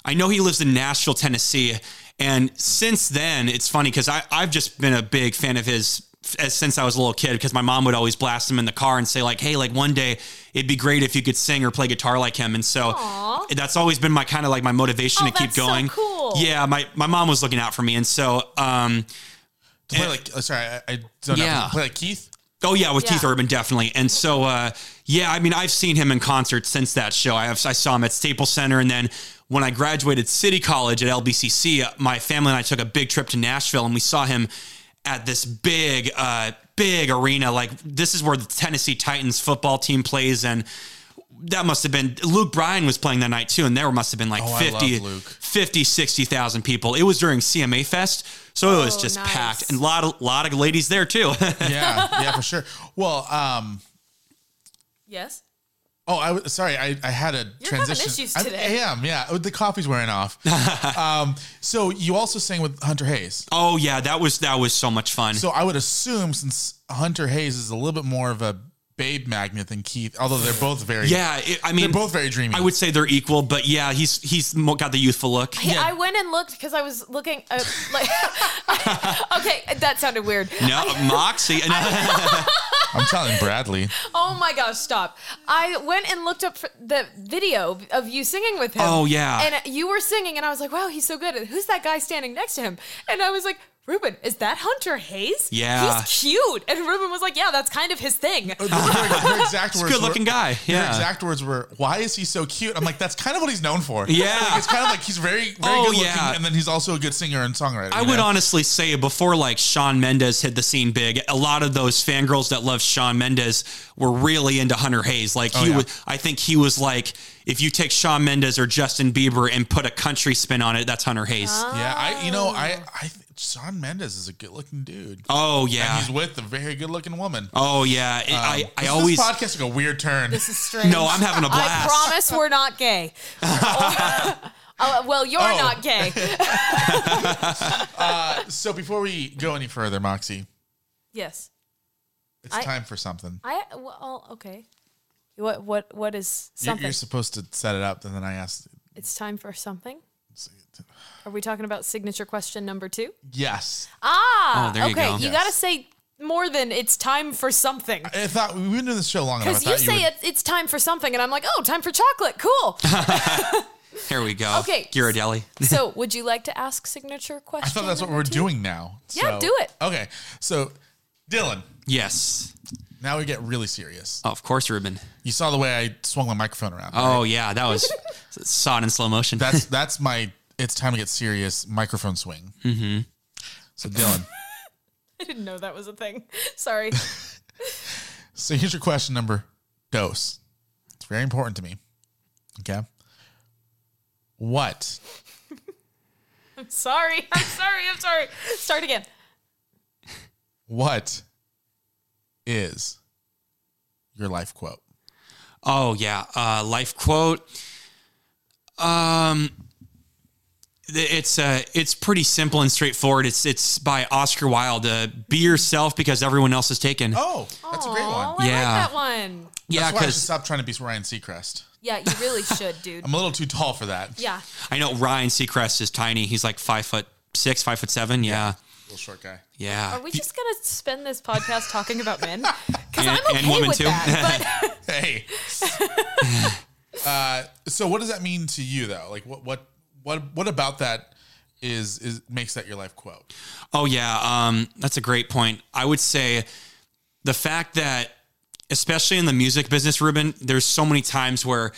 Speaker 3: I know he lives in Nashville, Tennessee. And since then, it's funny because I've just been a big fan of his as since I was a little kid because my mom would always blast him in the car and say, like, hey, like one day it'd be great if you could sing or play guitar like him. And so that's always been my kind of like my motivation
Speaker 2: Oh,
Speaker 3: to keep
Speaker 2: that's so
Speaker 3: going.
Speaker 2: cool.
Speaker 3: Yeah, my, my mom was looking out for me. And so um
Speaker 1: To play like, oh, sorry, I, I don't know.
Speaker 3: Yeah.
Speaker 1: Play like Keith.
Speaker 3: Oh yeah, with
Speaker 1: Yeah.
Speaker 3: Keith Urban definitely. And so uh, yeah, I mean I've seen him in concert since that show. I have I saw him at Staples Center, and then when I graduated City College at LBCC, uh, my family and I took a big trip to Nashville, and we saw him at this big uh, big arena. Like this is where the Tennessee Titans football team plays, and that must have been Luke Bryan was playing that night too, and there must have been like
Speaker 1: Oh, I love
Speaker 3: 50,
Speaker 1: Luke.
Speaker 3: 50 60,000 people. It was during CMA Fest, so it was just packed, and a lot of lot of ladies there too.
Speaker 1: Yeah, yeah, for sure. Well, um,
Speaker 2: Yes.
Speaker 1: Oh, I was sorry. I, I had a
Speaker 2: You're having
Speaker 1: transition.
Speaker 2: issues
Speaker 1: I'm-
Speaker 2: today.
Speaker 1: I am. Yeah, Oh, the coffee's wearing off. um, so you also sang with Hunter Hayes.
Speaker 3: Oh yeah, that was that was so much fun.
Speaker 1: So I would assume since Hunter Hayes is a little bit more of a babe magnet than Keith, although they're both very
Speaker 3: yeah, it- I mean,
Speaker 1: they're both very dreamy.
Speaker 3: I would say they're equal, but yeah, he's he's mo- got the youthful look.
Speaker 2: Hey, I went and looked because I was looking. Uh, like, okay, that sounded weird.
Speaker 3: No, Moxie. No.
Speaker 1: I'm telling Bradley.
Speaker 2: Oh my gosh, stop. I went and looked up for the video of you singing with him.
Speaker 3: Oh, yeah.
Speaker 2: And you were singing, and I was like, wow, he's so good. And Who's that guy standing next to him? And I was like, Ruben, is that Hunter Hayes?
Speaker 3: Yeah.
Speaker 2: He's cute. And Ruben was like, yeah, that's kind of his thing.
Speaker 1: Her exact
Speaker 3: He's a
Speaker 1: words
Speaker 3: good-looking
Speaker 1: were-
Speaker 3: guy,
Speaker 1: Your
Speaker 3: yeah.
Speaker 1: exact words were, "Why is he so cute?" I'm like, that's kind of what he's known for.
Speaker 3: Yeah.
Speaker 1: Like, it's kind of like he's very, very
Speaker 3: Oh,
Speaker 1: good looking,
Speaker 3: yeah.
Speaker 1: and then he's also a good singer and songwriter.
Speaker 3: I
Speaker 1: you
Speaker 3: would
Speaker 1: know?
Speaker 3: honestly say before like Sean Mendez hit the scene big, a lot of those fangirls that love Sean Mendez were really into Hunter Hayes. Like he
Speaker 1: Oh, yeah.
Speaker 3: was, I think he was like, if you take Sean Mendez or Justin Bieber and put a country spin on it, that's Hunter Hayes.
Speaker 1: Yeah, I you know I I th- Sean Mendes is a good looking dude.
Speaker 3: Oh yeah.
Speaker 1: and he's with a very good looking woman.
Speaker 3: oh yeah. It-
Speaker 1: Um,
Speaker 3: I I
Speaker 1: this-
Speaker 3: always
Speaker 1: this podcast took a weird turn.
Speaker 2: This is strange.
Speaker 3: No, I'm having a
Speaker 2: I
Speaker 3: blast.
Speaker 2: promise we're not gay. Oh, well, you're
Speaker 1: Oh.
Speaker 2: not gay.
Speaker 1: uh, so before we go any further, Moxie,
Speaker 2: yes.
Speaker 1: it's
Speaker 2: I-
Speaker 1: time for something.
Speaker 2: I, well, okay. What, what, what is
Speaker 1: You're,
Speaker 2: something?
Speaker 1: you're supposed to set it up, and then I asked.
Speaker 2: it's time for something. Are we talking about signature question number two?
Speaker 1: Yes.
Speaker 2: Ah,
Speaker 1: Oh, there you
Speaker 2: okay.
Speaker 1: go.
Speaker 2: You
Speaker 1: Yes.
Speaker 2: gotta say more than it's time for something.
Speaker 1: I thought we've been doing this show long enough. I
Speaker 2: Because you
Speaker 1: thought
Speaker 2: say
Speaker 1: would-
Speaker 2: it, it's time for something, and I'm like, oh, time for chocolate. Cool.
Speaker 3: Here we go.
Speaker 2: Okay.
Speaker 3: Ghirardelli.
Speaker 2: so, would you like to ask signature question?
Speaker 1: I thought that's what
Speaker 2: number
Speaker 1: we're
Speaker 2: two?
Speaker 1: doing now.
Speaker 2: Yeah,
Speaker 1: So-
Speaker 2: do it.
Speaker 1: Okay. So, Dylan.
Speaker 3: Yes.
Speaker 1: Now we get really serious.
Speaker 3: Oh, of course, Ruben.
Speaker 1: You saw the way I swung my microphone around.
Speaker 3: Oh yeah, that was saw it in slow motion.
Speaker 1: That's that's my. It's time to get serious. Microphone swing.
Speaker 3: Mm-hmm.
Speaker 1: So Dylan.
Speaker 2: I didn't know that was a thing. Sorry.
Speaker 1: so here's your question number dose. It's very important to me. Okay. What
Speaker 2: I'm sorry. I'm sorry. I'm sorry. Start again.
Speaker 1: what is your life quote?
Speaker 3: Oh yeah, uh, life quote. Um, th- it's uh, it's pretty simple and straightforward. It's it's by Oscar Wilde. Uh, be yourself because everyone else is taken.
Speaker 1: Oh, that's a great one.
Speaker 2: I
Speaker 3: Yeah.
Speaker 2: like that one.
Speaker 3: Yeah,
Speaker 1: that's why I should
Speaker 3: 'cause-
Speaker 1: stop trying to be Ryan Seacrest.
Speaker 2: Yeah, you really should, dude.
Speaker 1: I'm a little too tall for that.
Speaker 2: yeah.
Speaker 3: I know Ryan Seacrest is tiny. He's like five foot six, five foot seven. Yeah,
Speaker 1: Little short guy.
Speaker 3: yeah.
Speaker 2: Are we just gonna spend this podcast talking about men? Because
Speaker 3: And-
Speaker 2: I'm okay
Speaker 3: and women
Speaker 2: with
Speaker 3: too.
Speaker 2: that. But
Speaker 1: Hey. uh, so what does that mean to you though? Like what what what what about that is is makes that your life quote?
Speaker 3: Oh yeah, um, that's a great point. I would say the fact that, especially in the music business, Ruben, there's so many times where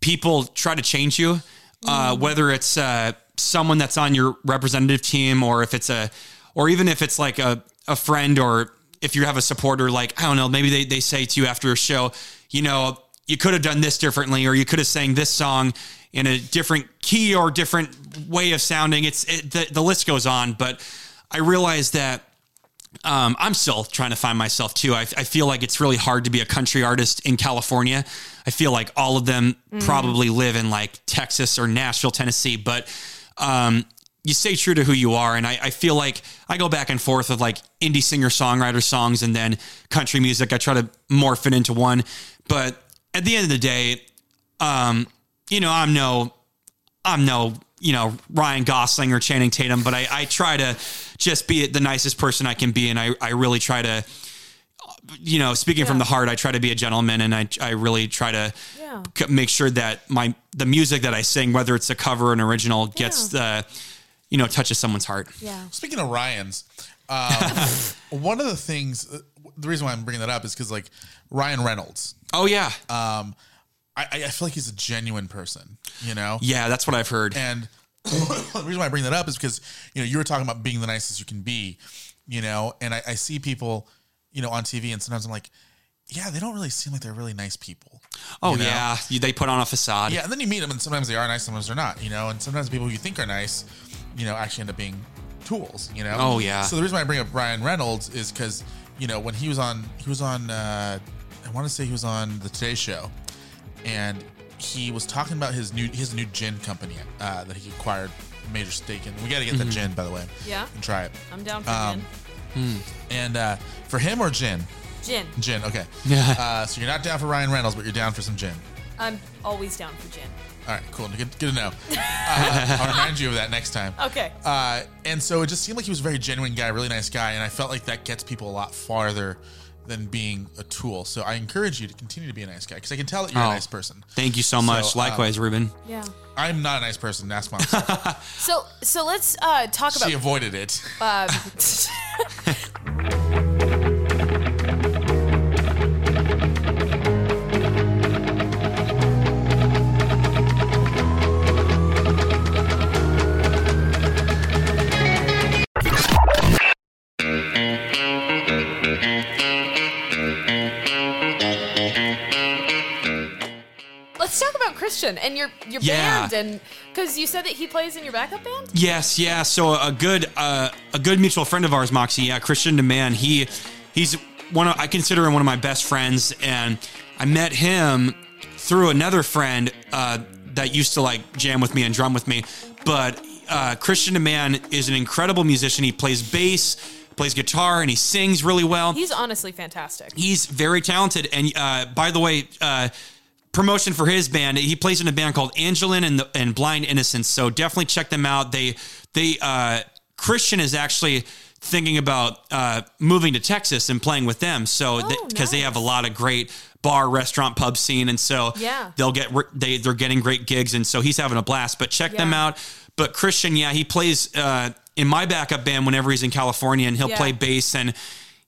Speaker 3: people try to change you, uh, whether it's uh, someone that's on your representative team, or if it's a, or even if it's like a a friend, or if you have a supporter, like I don't know, maybe they they say to you after a show, you know, you could have done this differently, or you could have sang this song in a different key or different way of sounding. It's it, the the list goes on, but I realized that um, I'm still trying to find myself too. I, I feel like it's really hard to be a country artist in California. I feel like all of them probably live in like Texas or Nashville, Tennessee, but um, you stay true to who you are. And I, I feel like I go back and forth of like indie singer songwriter songs and then country music. I try to morph it into one. But at the end of the day, um, you know, I'm no I'm no, you know, Ryan Gosling or Channing Tatum, but I, I try to just be the nicest person I can be. And I, I really try to, you know, speaking from the heart, I try to be a gentleman and I, I really try to
Speaker 2: Yeah.
Speaker 3: c- make sure that my, the music that I sing, whether it's a cover or an original gets the, you know, touches someone's heart.
Speaker 2: yeah.
Speaker 1: Speaking of Ryan's, um, one of the things, uh, the reason why I'm bringing that up is because like Ryan Reynolds,
Speaker 3: Oh yeah.
Speaker 1: um, I, I feel like he's a genuine person, you know?
Speaker 3: Yeah. That's what I've heard.
Speaker 1: And the reason why I bring that up is because, you know, you were talking about being the nicest you can be, you know, and I, I see people, you know, on TV and sometimes I'm like, yeah, they don't really seem like they're really nice people.
Speaker 3: Oh
Speaker 1: you know?
Speaker 3: yeah. You, they put on a facade.
Speaker 1: Yeah, and then you meet them, and sometimes they are nice, sometimes they're not. You know, and sometimes people you think are nice, you know, actually end up being tools. You know.
Speaker 3: Oh, yeah.
Speaker 1: So the reason why I bring up Ryan Reynolds is because you know when he was on, he was on, uh, I want to say he was on the Today Show, and he was talking about his new his new gin company uh, that he acquired a major stake in. We got to get
Speaker 3: Mm-hmm.
Speaker 1: that gin, by the way.
Speaker 2: Yeah.
Speaker 1: And try it.
Speaker 2: I'm down for
Speaker 1: Um, And uh, for him or gin,
Speaker 2: gin. Gin.
Speaker 1: gin. Okay.
Speaker 3: Yeah.
Speaker 1: Uh, so you're not down for Ryan Reynolds, but you're down for some gin.
Speaker 2: I'm always down for gin.
Speaker 1: All right, cool. Good, good to know. Uh, I'll remind you of that next time.
Speaker 2: Okay.
Speaker 1: Uh, and so it just seemed like he was a very genuine guy, really nice guy, and I felt like that gets people a lot farther than being a tool. So I encourage you to continue to be a nice guy because I can tell that you're a
Speaker 3: Oh.
Speaker 1: nice person.
Speaker 3: Thank you so much.
Speaker 1: So, um,
Speaker 3: Likewise, Ruben.
Speaker 2: Yeah.
Speaker 1: I'm not a nice person. That's my myself.
Speaker 2: So so let's uh, talk
Speaker 1: she
Speaker 2: about.
Speaker 1: avoided it.
Speaker 2: Um, let's talk about Christian and your your
Speaker 3: Yeah.
Speaker 2: band and because you said that he plays in your backup band.
Speaker 3: Yes, yeah. So a good uh, a good mutual friend of ours, Moxie, yeah, Christian DeMann. He he's one of I consider him one of my best friends, and I met him through another friend uh, that used to like jam with me and drum with me. But uh, Christian DeMann is an incredible musician. He plays bass, plays guitar, and he sings really well
Speaker 2: He's honestly fantastic.
Speaker 3: he's very talented. And uh, by the way, uh, promotion for his band. He plays in a band called Angelin and the, and Blind Innocence. So definitely check them out. They they uh, Christian is actually thinking about uh, moving to Texas and playing with them.
Speaker 2: Oh,
Speaker 3: So because they, 'cause they have a lot of great bar, restaurant, pub scene, and so
Speaker 2: Yeah.
Speaker 3: they'll get re- they they're getting great gigs, and so he's having a blast. But check them
Speaker 2: Yeah.
Speaker 3: out. But Christian, yeah, he plays uh, in my backup band whenever he's in California, and he'll
Speaker 2: Yeah.
Speaker 3: play bass and.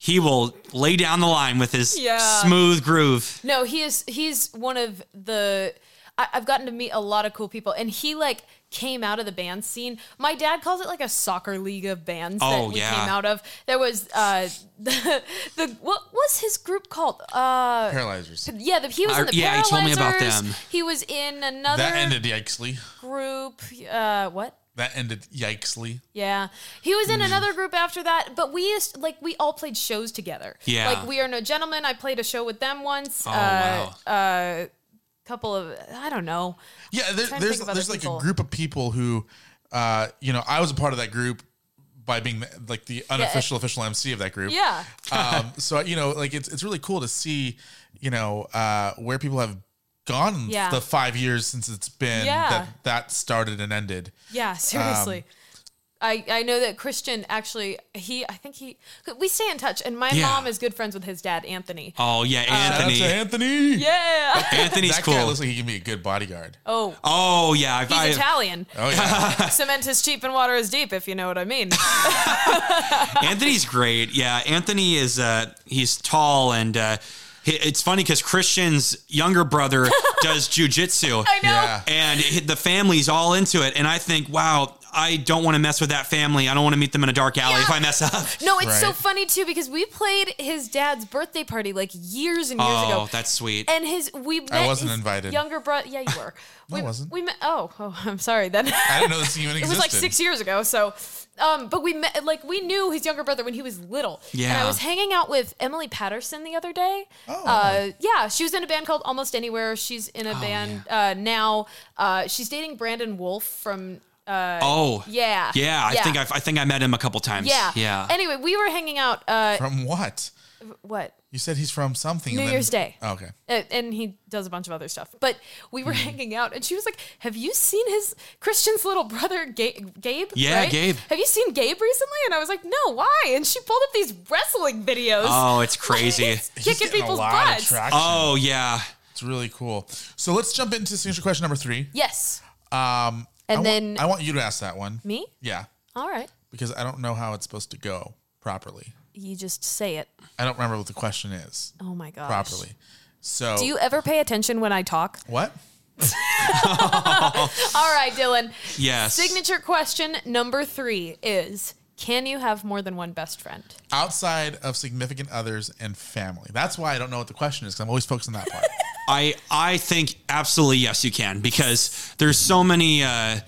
Speaker 3: He will lay down the line with his
Speaker 2: Yeah.
Speaker 3: smooth groove.
Speaker 2: No, he is. He's one of the. I, I've gotten to meet a lot of cool people, and he like came out of the band scene. My dad calls it like a soccer league of bands
Speaker 3: Oh,
Speaker 2: that we
Speaker 3: yeah.
Speaker 2: came out of. There was uh the, the what was his group called? Uh,
Speaker 1: Paralyzers.
Speaker 2: Yeah, the, he was
Speaker 1: I-
Speaker 2: in the
Speaker 1: yeah, he
Speaker 2: Paralyzers.
Speaker 1: told me about them.
Speaker 2: He was in another
Speaker 1: that ended yikesly.
Speaker 2: group. Uh, what?
Speaker 1: That ended yikesly.
Speaker 2: Yeah. He was in
Speaker 1: Mm.
Speaker 2: another group after that, but we used like we all played shows together.
Speaker 1: Yeah.
Speaker 2: Like we are no gentlemen. I played a show with them once.
Speaker 1: Oh,
Speaker 2: uh uh couple of I don't know.
Speaker 1: Yeah,
Speaker 2: I'm
Speaker 1: there,
Speaker 2: trying to
Speaker 1: there's
Speaker 2: think of other
Speaker 1: there's like
Speaker 2: people.
Speaker 1: a group of people who, uh, you know, I was a part of that group by being the, like the unofficial official MC of that group.
Speaker 2: Yeah.
Speaker 1: Um, so you know, like it's it's really cool to see, you know, uh, where people have gone in
Speaker 2: Yeah.
Speaker 1: the five years since it's been
Speaker 2: Yeah.
Speaker 1: that that started and ended.
Speaker 2: Yeah, seriously.
Speaker 1: Um,
Speaker 2: I, I know that Christian actually he I think he we stay in touch and my
Speaker 3: Yeah.
Speaker 2: mom is good friends with his dad Anthony.
Speaker 3: Oh yeah, Anthony.
Speaker 1: Shout out to Anthony.
Speaker 2: Yeah.
Speaker 3: Anthony's
Speaker 1: that Guy
Speaker 3: cool.
Speaker 1: looks like he can be a good bodyguard.
Speaker 2: Oh,
Speaker 3: Oh yeah,
Speaker 2: he's Italian.
Speaker 1: Oh yeah.
Speaker 2: Cement is cheap and water is deep, if you know what I mean.
Speaker 3: Anthony's great. Yeah, Anthony is uh he's tall and uh he- it's funny because Christian's younger brother does jujitsu.
Speaker 2: I know. Yeah.
Speaker 3: And he- the family's all into it. And I think, wow, I don't want to mess with that family. I don't want to meet them in a dark alley if I mess up.
Speaker 2: No, it's so funny too because we played his dad's birthday party like years and years
Speaker 3: Oh,
Speaker 2: ago.
Speaker 3: that's sweet.
Speaker 2: And his we met
Speaker 1: I wasn't
Speaker 2: his
Speaker 1: invited.
Speaker 2: Younger brother, yeah, you were.
Speaker 1: No,
Speaker 2: we,
Speaker 1: I wasn't.
Speaker 2: We met. Oh, oh, I'm sorry. Then
Speaker 1: I didn't know this even
Speaker 2: it was like
Speaker 1: existed.
Speaker 2: six years ago. So, um, but we met like we knew his younger brother when he was little. And I
Speaker 3: Yeah.
Speaker 2: was hanging out with Emily Patterson the other day. Oh. Uh, yeah, she was in a band called Almost Anywhere. She's in a
Speaker 1: Oh,
Speaker 2: band uh, now. Uh, she's dating Brandon Wolf from. Uh,
Speaker 3: oh.
Speaker 2: yeah.
Speaker 3: Yeah, I think I've, I think I met him a couple times.
Speaker 2: Yeah.
Speaker 3: Yeah.
Speaker 2: Anyway, we were hanging out. Uh,
Speaker 1: From what?
Speaker 2: what?
Speaker 1: You said he's from something. and
Speaker 2: New
Speaker 1: then-
Speaker 2: Year's Day.
Speaker 1: Oh, okay. Hmm.
Speaker 2: Uh, and he does a bunch of other stuff. But we were hanging out, and she was like, "Have you seen his Christian's little brother Ga- Gabe?
Speaker 3: Yeah,
Speaker 2: right?
Speaker 3: Gabe.
Speaker 2: Have you seen Gabe recently?" And I was like, "No, why?" And she pulled up these wrestling videos.
Speaker 3: oh, it's crazy.
Speaker 2: kicking
Speaker 1: getting a
Speaker 2: people's
Speaker 1: lot of
Speaker 2: butts.
Speaker 1: traction.
Speaker 3: oh yeah.
Speaker 1: It's really cool. So let's jump into signature question number three.
Speaker 2: Yes.
Speaker 1: Um, I
Speaker 2: And
Speaker 1: wa-
Speaker 2: then-
Speaker 1: I want you to ask that one.
Speaker 2: Me?
Speaker 1: Yeah,
Speaker 2: All right.
Speaker 1: because I don't know how it's supposed to go properly.
Speaker 2: You just say it.
Speaker 1: I don't remember what the question is
Speaker 2: Oh my gosh.
Speaker 1: properly. So
Speaker 2: Do you ever pay attention when I talk?
Speaker 1: what?
Speaker 2: All right, Dylan.
Speaker 3: Yes.
Speaker 2: Signature question number three is: Can you have more than one best friend?
Speaker 1: Outside of significant others and family. That's why I don't know what the question is because I'm always focused on that part.
Speaker 3: I I think absolutely yes you can because there's so many uh,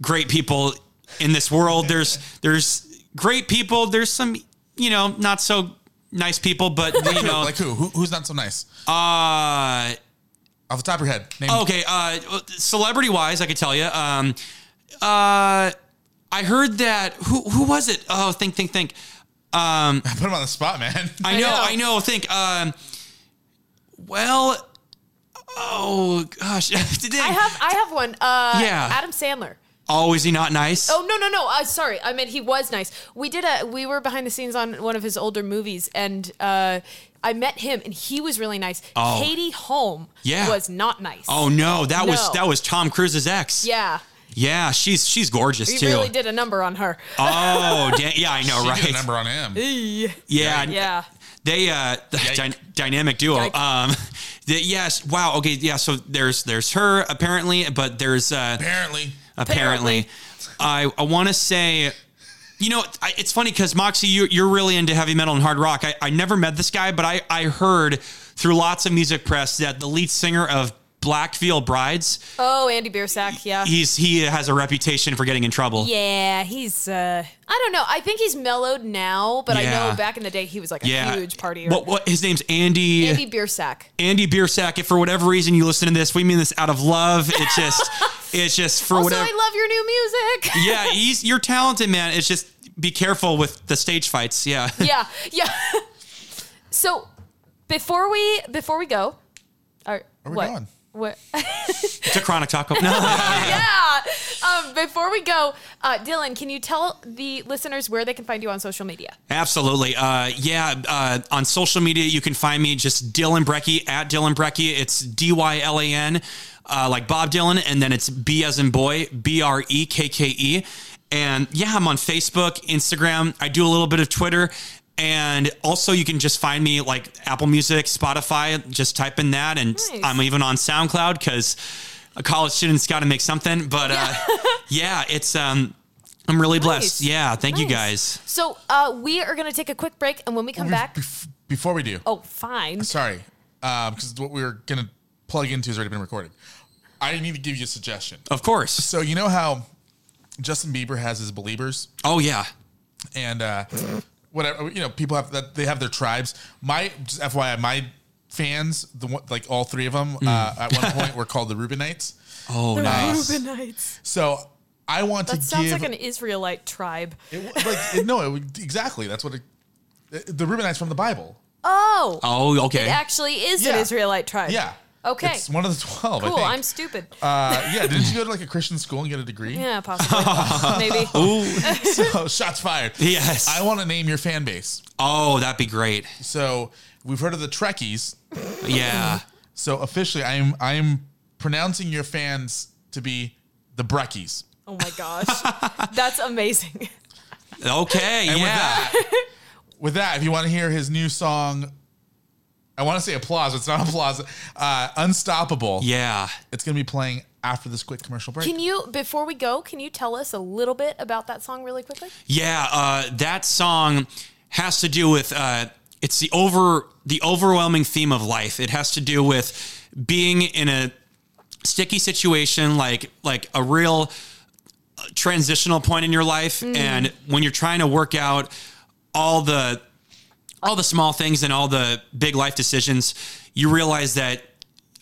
Speaker 3: great people in this world. There's there's great people. There's some you know not so nice people, but you know
Speaker 1: like who? who? Who's not so nice?
Speaker 3: Uh,
Speaker 1: Off the top of your head. Name
Speaker 3: okay. Uh, celebrity wise, I could tell you. Um, uh, I heard that who who was it? Oh, think think think. Um,
Speaker 1: Put him on the spot, man.
Speaker 3: I know, I know. Think. Um, well, oh gosh, today.
Speaker 2: I have. I have one. Uh,
Speaker 3: Yeah.
Speaker 2: Adam Sandler.
Speaker 3: Oh, is he not nice?
Speaker 2: Oh no no no! Uh, sorry, I meant he was nice. We did a we were behind the scenes on one of his older movies, and uh, I met him, and he was really nice.
Speaker 3: Oh.
Speaker 2: Katie Holm
Speaker 3: Yeah.
Speaker 2: was not nice.
Speaker 3: Oh no, that was
Speaker 2: No.
Speaker 3: that was Tom Cruise's ex.
Speaker 2: yeah,
Speaker 3: Yeah, she's she's gorgeous
Speaker 2: we
Speaker 3: too.
Speaker 2: really did a number on her.
Speaker 3: Oh, da- yeah, I know,
Speaker 1: She did a
Speaker 3: right?
Speaker 1: number on him.
Speaker 2: yeah,
Speaker 3: Yeah,
Speaker 2: yeah.
Speaker 3: they uh the dy- dynamic duo.
Speaker 2: Yike.
Speaker 3: Um, the, yes, wow, okay, yeah. So there's there's her apparently, but there's uh
Speaker 1: Apparently.
Speaker 3: apparently, I I want to say. You know, I, it's funny because Moxie, you, you're really into heavy metal and hard rock. I, I never met this guy, but I, I heard through lots of music press that the lead singer of Blackfield Brides,
Speaker 2: Oh, Andy Biersack. Yeah,
Speaker 3: he's he has a reputation for getting in trouble.
Speaker 2: yeah. He's uh, I don't know. I think he's mellowed now, but I
Speaker 3: Yeah.
Speaker 2: know back in the day he was like a huge partier.
Speaker 3: What, what his name's Andy
Speaker 2: Andy
Speaker 3: Andy,
Speaker 2: Biersack.
Speaker 3: Biersack. If for whatever reason you listen to this, we mean this out of love. It's just it's just for
Speaker 2: also,
Speaker 3: whatever.
Speaker 2: I love your new music.
Speaker 3: yeah, he's you're talented, man. It's just be careful with the stage fights. Yeah.
Speaker 2: yeah, yeah. so before we before we go, are,
Speaker 1: Where we
Speaker 2: what?
Speaker 1: going?
Speaker 2: What?
Speaker 3: It's a chronic taco. No.
Speaker 2: yeah. Um, before we go, uh, Dylan, can you tell the listeners where they can find you on social media?
Speaker 3: Absolutely. Uh, yeah. Uh, on social media, you can find me just Dylan Brecky at Dylan Brecky. It's D Y L A N, uh, like Bob Dylan, and then it's B as in boy, B R E K K E. And yeah, I'm on Facebook, Instagram. I do a little bit of Twitter. And also, you can just find me like Apple Music, Spotify. Just type in that, and
Speaker 2: Nice.
Speaker 3: I'm even on SoundCloud because a college student's got to make something. But uh, yeah, it's um, I'm really blessed.
Speaker 2: Nice.
Speaker 3: Yeah, thank you
Speaker 2: Nice.
Speaker 3: guys.
Speaker 2: So uh, we are going to take a quick break, and when we come back,
Speaker 1: Before we do,
Speaker 2: oh, fine.
Speaker 1: sorry, because what we were gonna plug into has already been recorded. I need to give you a suggestion.
Speaker 3: Of course.
Speaker 1: So you know how Justin Bieber has his believers.
Speaker 3: Oh yeah,
Speaker 1: and uh, whatever you know, people have that they have their tribes. My just FYI, my fans, the one, like all three of them, uh, at one point were called the Reubenites.
Speaker 3: Mm. Oh,
Speaker 2: The
Speaker 1: nice.
Speaker 2: Reubenites.
Speaker 1: So I want
Speaker 2: That
Speaker 1: to
Speaker 2: sounds
Speaker 1: give
Speaker 2: like an Israelite tribe.
Speaker 1: it, w- like it- no, it, would- exactly. That's what it, the Reubenites from the Bible.
Speaker 2: Oh.
Speaker 3: Oh,
Speaker 2: It actually is an
Speaker 1: Yeah.
Speaker 2: Israelite tribe.
Speaker 1: Yeah.
Speaker 2: Okay.
Speaker 1: It's one of the twelve. I
Speaker 2: cool.
Speaker 1: think.
Speaker 2: I'm stupid.
Speaker 1: Uh, yeah, didn't you go to like a Christian school and get a degree?
Speaker 2: Yeah, possibly. Maybe.
Speaker 1: so shots fired.
Speaker 3: Yes.
Speaker 1: I want to name your fan base.
Speaker 3: Oh, that'd be great.
Speaker 1: So we've heard of the Trekkies.
Speaker 3: Yeah.
Speaker 1: So officially, I'm I'm pronouncing your fans to be the Breckies.
Speaker 2: Oh my gosh. That's amazing.
Speaker 3: Okay.
Speaker 1: And
Speaker 3: yeah.
Speaker 1: with that, with that, if you want to hear his new song, I want to say applause. It's not applause. Uh, Unstoppable.
Speaker 3: Yeah.
Speaker 1: It's gonna be playing after this quick commercial break.
Speaker 2: Can you, before we go, can you tell us a little bit about that song really quickly?
Speaker 3: Yeah, uh, that song has to do with uh, it's the over the overwhelming theme of life. It has to do with being in a sticky situation, like like a real uh, transitional point in your life, and when you're trying to work out all the all the small things and all the big life decisions, you realize that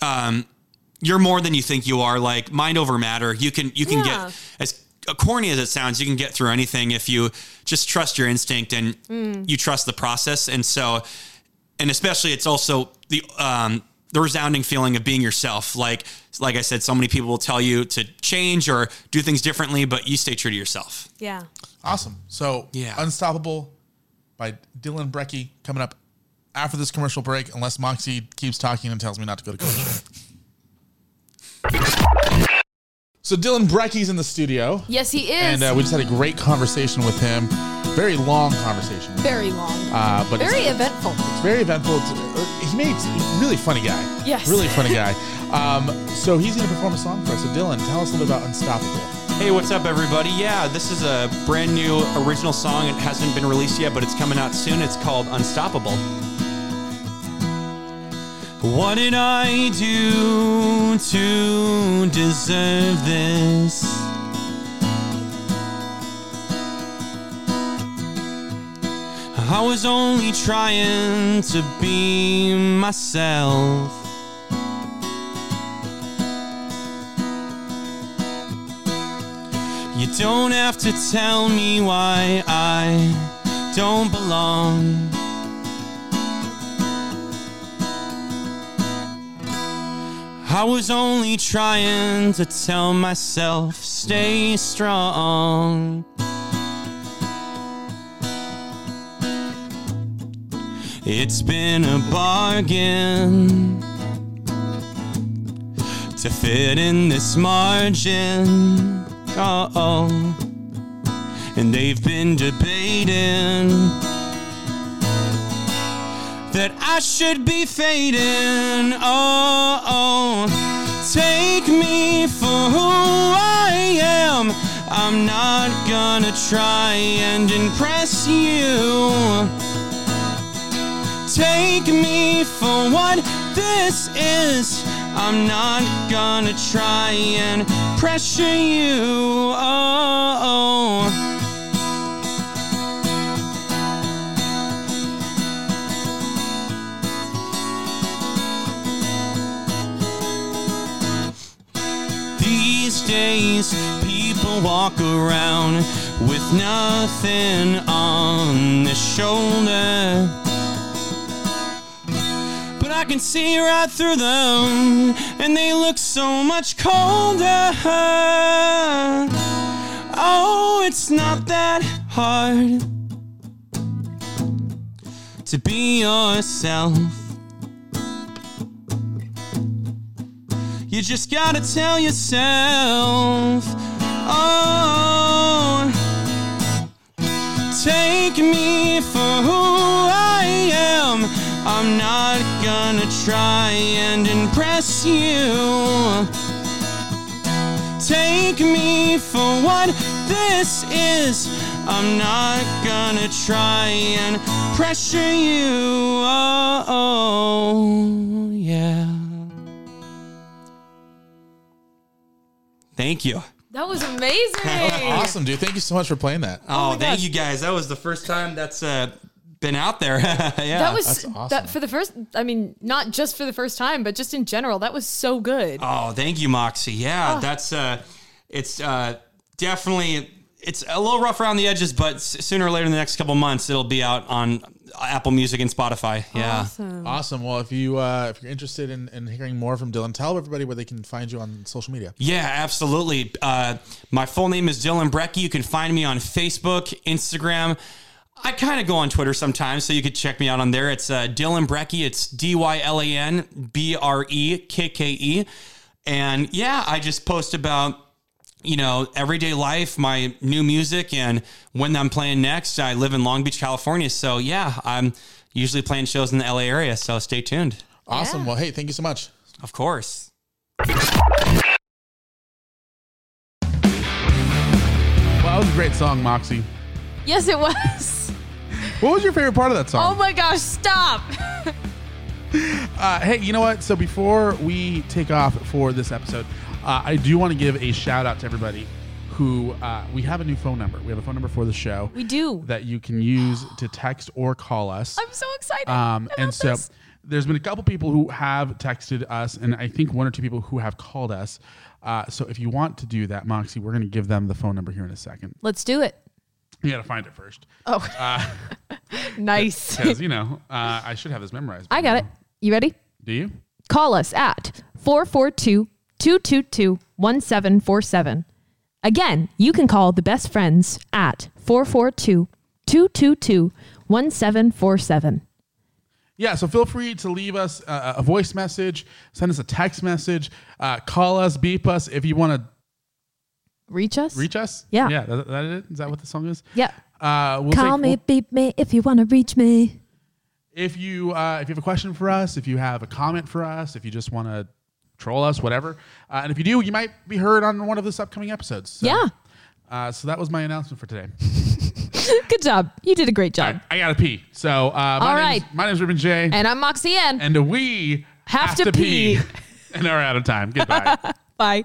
Speaker 3: um, you're more than you think you are. Like mind over matter, you can you can
Speaker 2: Yeah.
Speaker 3: get as corny as it sounds, you can get through anything if you just trust your instinct and
Speaker 2: Mm.
Speaker 3: you trust the process. And so, and especially, it's also the um, the resounding feeling of being yourself. Like like I said, so many people will tell you to change or do things differently, but you stay true to yourself.
Speaker 2: Yeah.
Speaker 1: Awesome. So yeah, Unstoppable by Dylan Brecky coming up after this commercial break. Unless Moxie keeps talking and tells me not to go to commercial. so Dylan Brecky's in the studio.
Speaker 2: Yes, he is.
Speaker 1: And uh, we just had a great conversation with him. Very long conversation.
Speaker 2: Very long.
Speaker 1: Uh, but
Speaker 2: Very
Speaker 1: it's,
Speaker 2: eventful.
Speaker 1: it's very eventful. It's, uh, he made he's a really funny guy.
Speaker 2: Yes.
Speaker 1: Really funny guy. Um, so he's going to perform a song for us. So Dylan, tell us a little bit about Unstoppable.
Speaker 3: Hey, what's up, everybody? Yeah, this is a brand new original song. It hasn't been released yet, but it's coming out soon. It's called Unstoppable. What did I do to deserve this? I was only trying to be myself. You don't have to tell me why I don't belong. I was only trying to tell myself, stay strong. It's been a bargain to fit in this margin. Uh oh. And they've been debating that I should be fading. Oh, oh. Take me for who I am. I'm not gonna try and impress you. Take me for what this is. I'm not gonna try and pressure you. Oh, These days, people walk around with nothing on their shoulder. But I
Speaker 12: I can see right through them, and they look so much colder. Oh, it's not that hard to be yourself. You just gotta tell yourself, oh, take me for who I am. I'm not gonna try and impress you. Take me for what this is. I'm not gonna try and pressure you. Oh, oh yeah. Thank you.
Speaker 8: That was amazing.
Speaker 2: That was awesome, dude. Thank you so much for playing that.
Speaker 3: Oh, thank you guys. That was the first time that's uh, been out there. yeah,
Speaker 8: that was that for the first. I mean, not just for the first time, but just in general. That was so good.
Speaker 3: Oh, thank you, Moxie. Yeah,
Speaker 8: Oh.
Speaker 3: that's uh, it's uh, definitely it's a little rough around the edges, but s- sooner or later in the next couple months, it'll be out on Apple Music and Spotify. Yeah.
Speaker 2: Awesome. Well, if you uh, if you're interested in, in hearing more from Dylan, tell everybody where they can find you on social media.
Speaker 3: Yeah, absolutely. Uh, my full name is Dylan Brecky. You can find me on Facebook, Instagram. I kind of go on Twitter sometimes, so you could check me out on there. It's uh, Dylan Brecky. It's D Y L A N B R E K K E. And yeah, I just post about you know everyday life, my new music, and when I'm playing next. I live in Long Beach, California, so yeah, I'm usually playing shows in the LA area. So stay tuned.
Speaker 2: Awesome. Well, hey, thank you so much.
Speaker 3: Of course.
Speaker 1: Well, that was a great song, Moxie.
Speaker 8: Yes, it was.
Speaker 1: What was your favorite part of that song?
Speaker 8: Oh my gosh! Stop.
Speaker 1: Uh, hey, you know what? So before we take off for this episode, uh, I do want to give a shout out to everybody who uh, we have a new phone number. We have a phone number for the show.
Speaker 8: We do.
Speaker 1: that you can use to text or call us.
Speaker 8: I'm so excited.
Speaker 1: Um, and so there's been a couple people who have texted us, and I think one or two people who have called us. Uh, so if you want to do that, Moxie, we're going to give them the phone number here in a second.
Speaker 8: Let's do it.
Speaker 1: You got to find it first.
Speaker 8: Oh,
Speaker 1: Uh,
Speaker 8: nice.
Speaker 1: Because, you know, uh, I should have this memorized.
Speaker 8: I got it. You ready?
Speaker 1: Do you?
Speaker 8: Call us at 442 222 1747. Again, you can call the best friends at 442 222 1747.
Speaker 1: Yeah, so feel free to leave us uh, a, a voice message, send us a text message, uh, call us, beep us if you want
Speaker 8: Reach us?
Speaker 1: to reach us.
Speaker 8: Yeah.
Speaker 1: yeah, that, that it? Is that what the song is?
Speaker 8: Yeah.
Speaker 1: Uh, we'll
Speaker 8: call
Speaker 1: take-
Speaker 8: me, beep me if you want to reach me.
Speaker 1: If you uh, if you have a question for us, if you have a comment for us, if you just want to troll us, whatever, uh, and if you do, you might be heard on one of this upcoming episodes. So,
Speaker 8: Yeah.
Speaker 1: Uh, so that was my announcement for today.
Speaker 8: Good job. You did a great job.
Speaker 1: I gotta pee. So uh, my
Speaker 8: All
Speaker 1: name's-
Speaker 8: right.
Speaker 1: my name's Ruben J.
Speaker 8: And I'm Moxie Ann.
Speaker 1: and we
Speaker 8: Have to pee.
Speaker 1: and are out of time. Goodbye.
Speaker 8: Bye.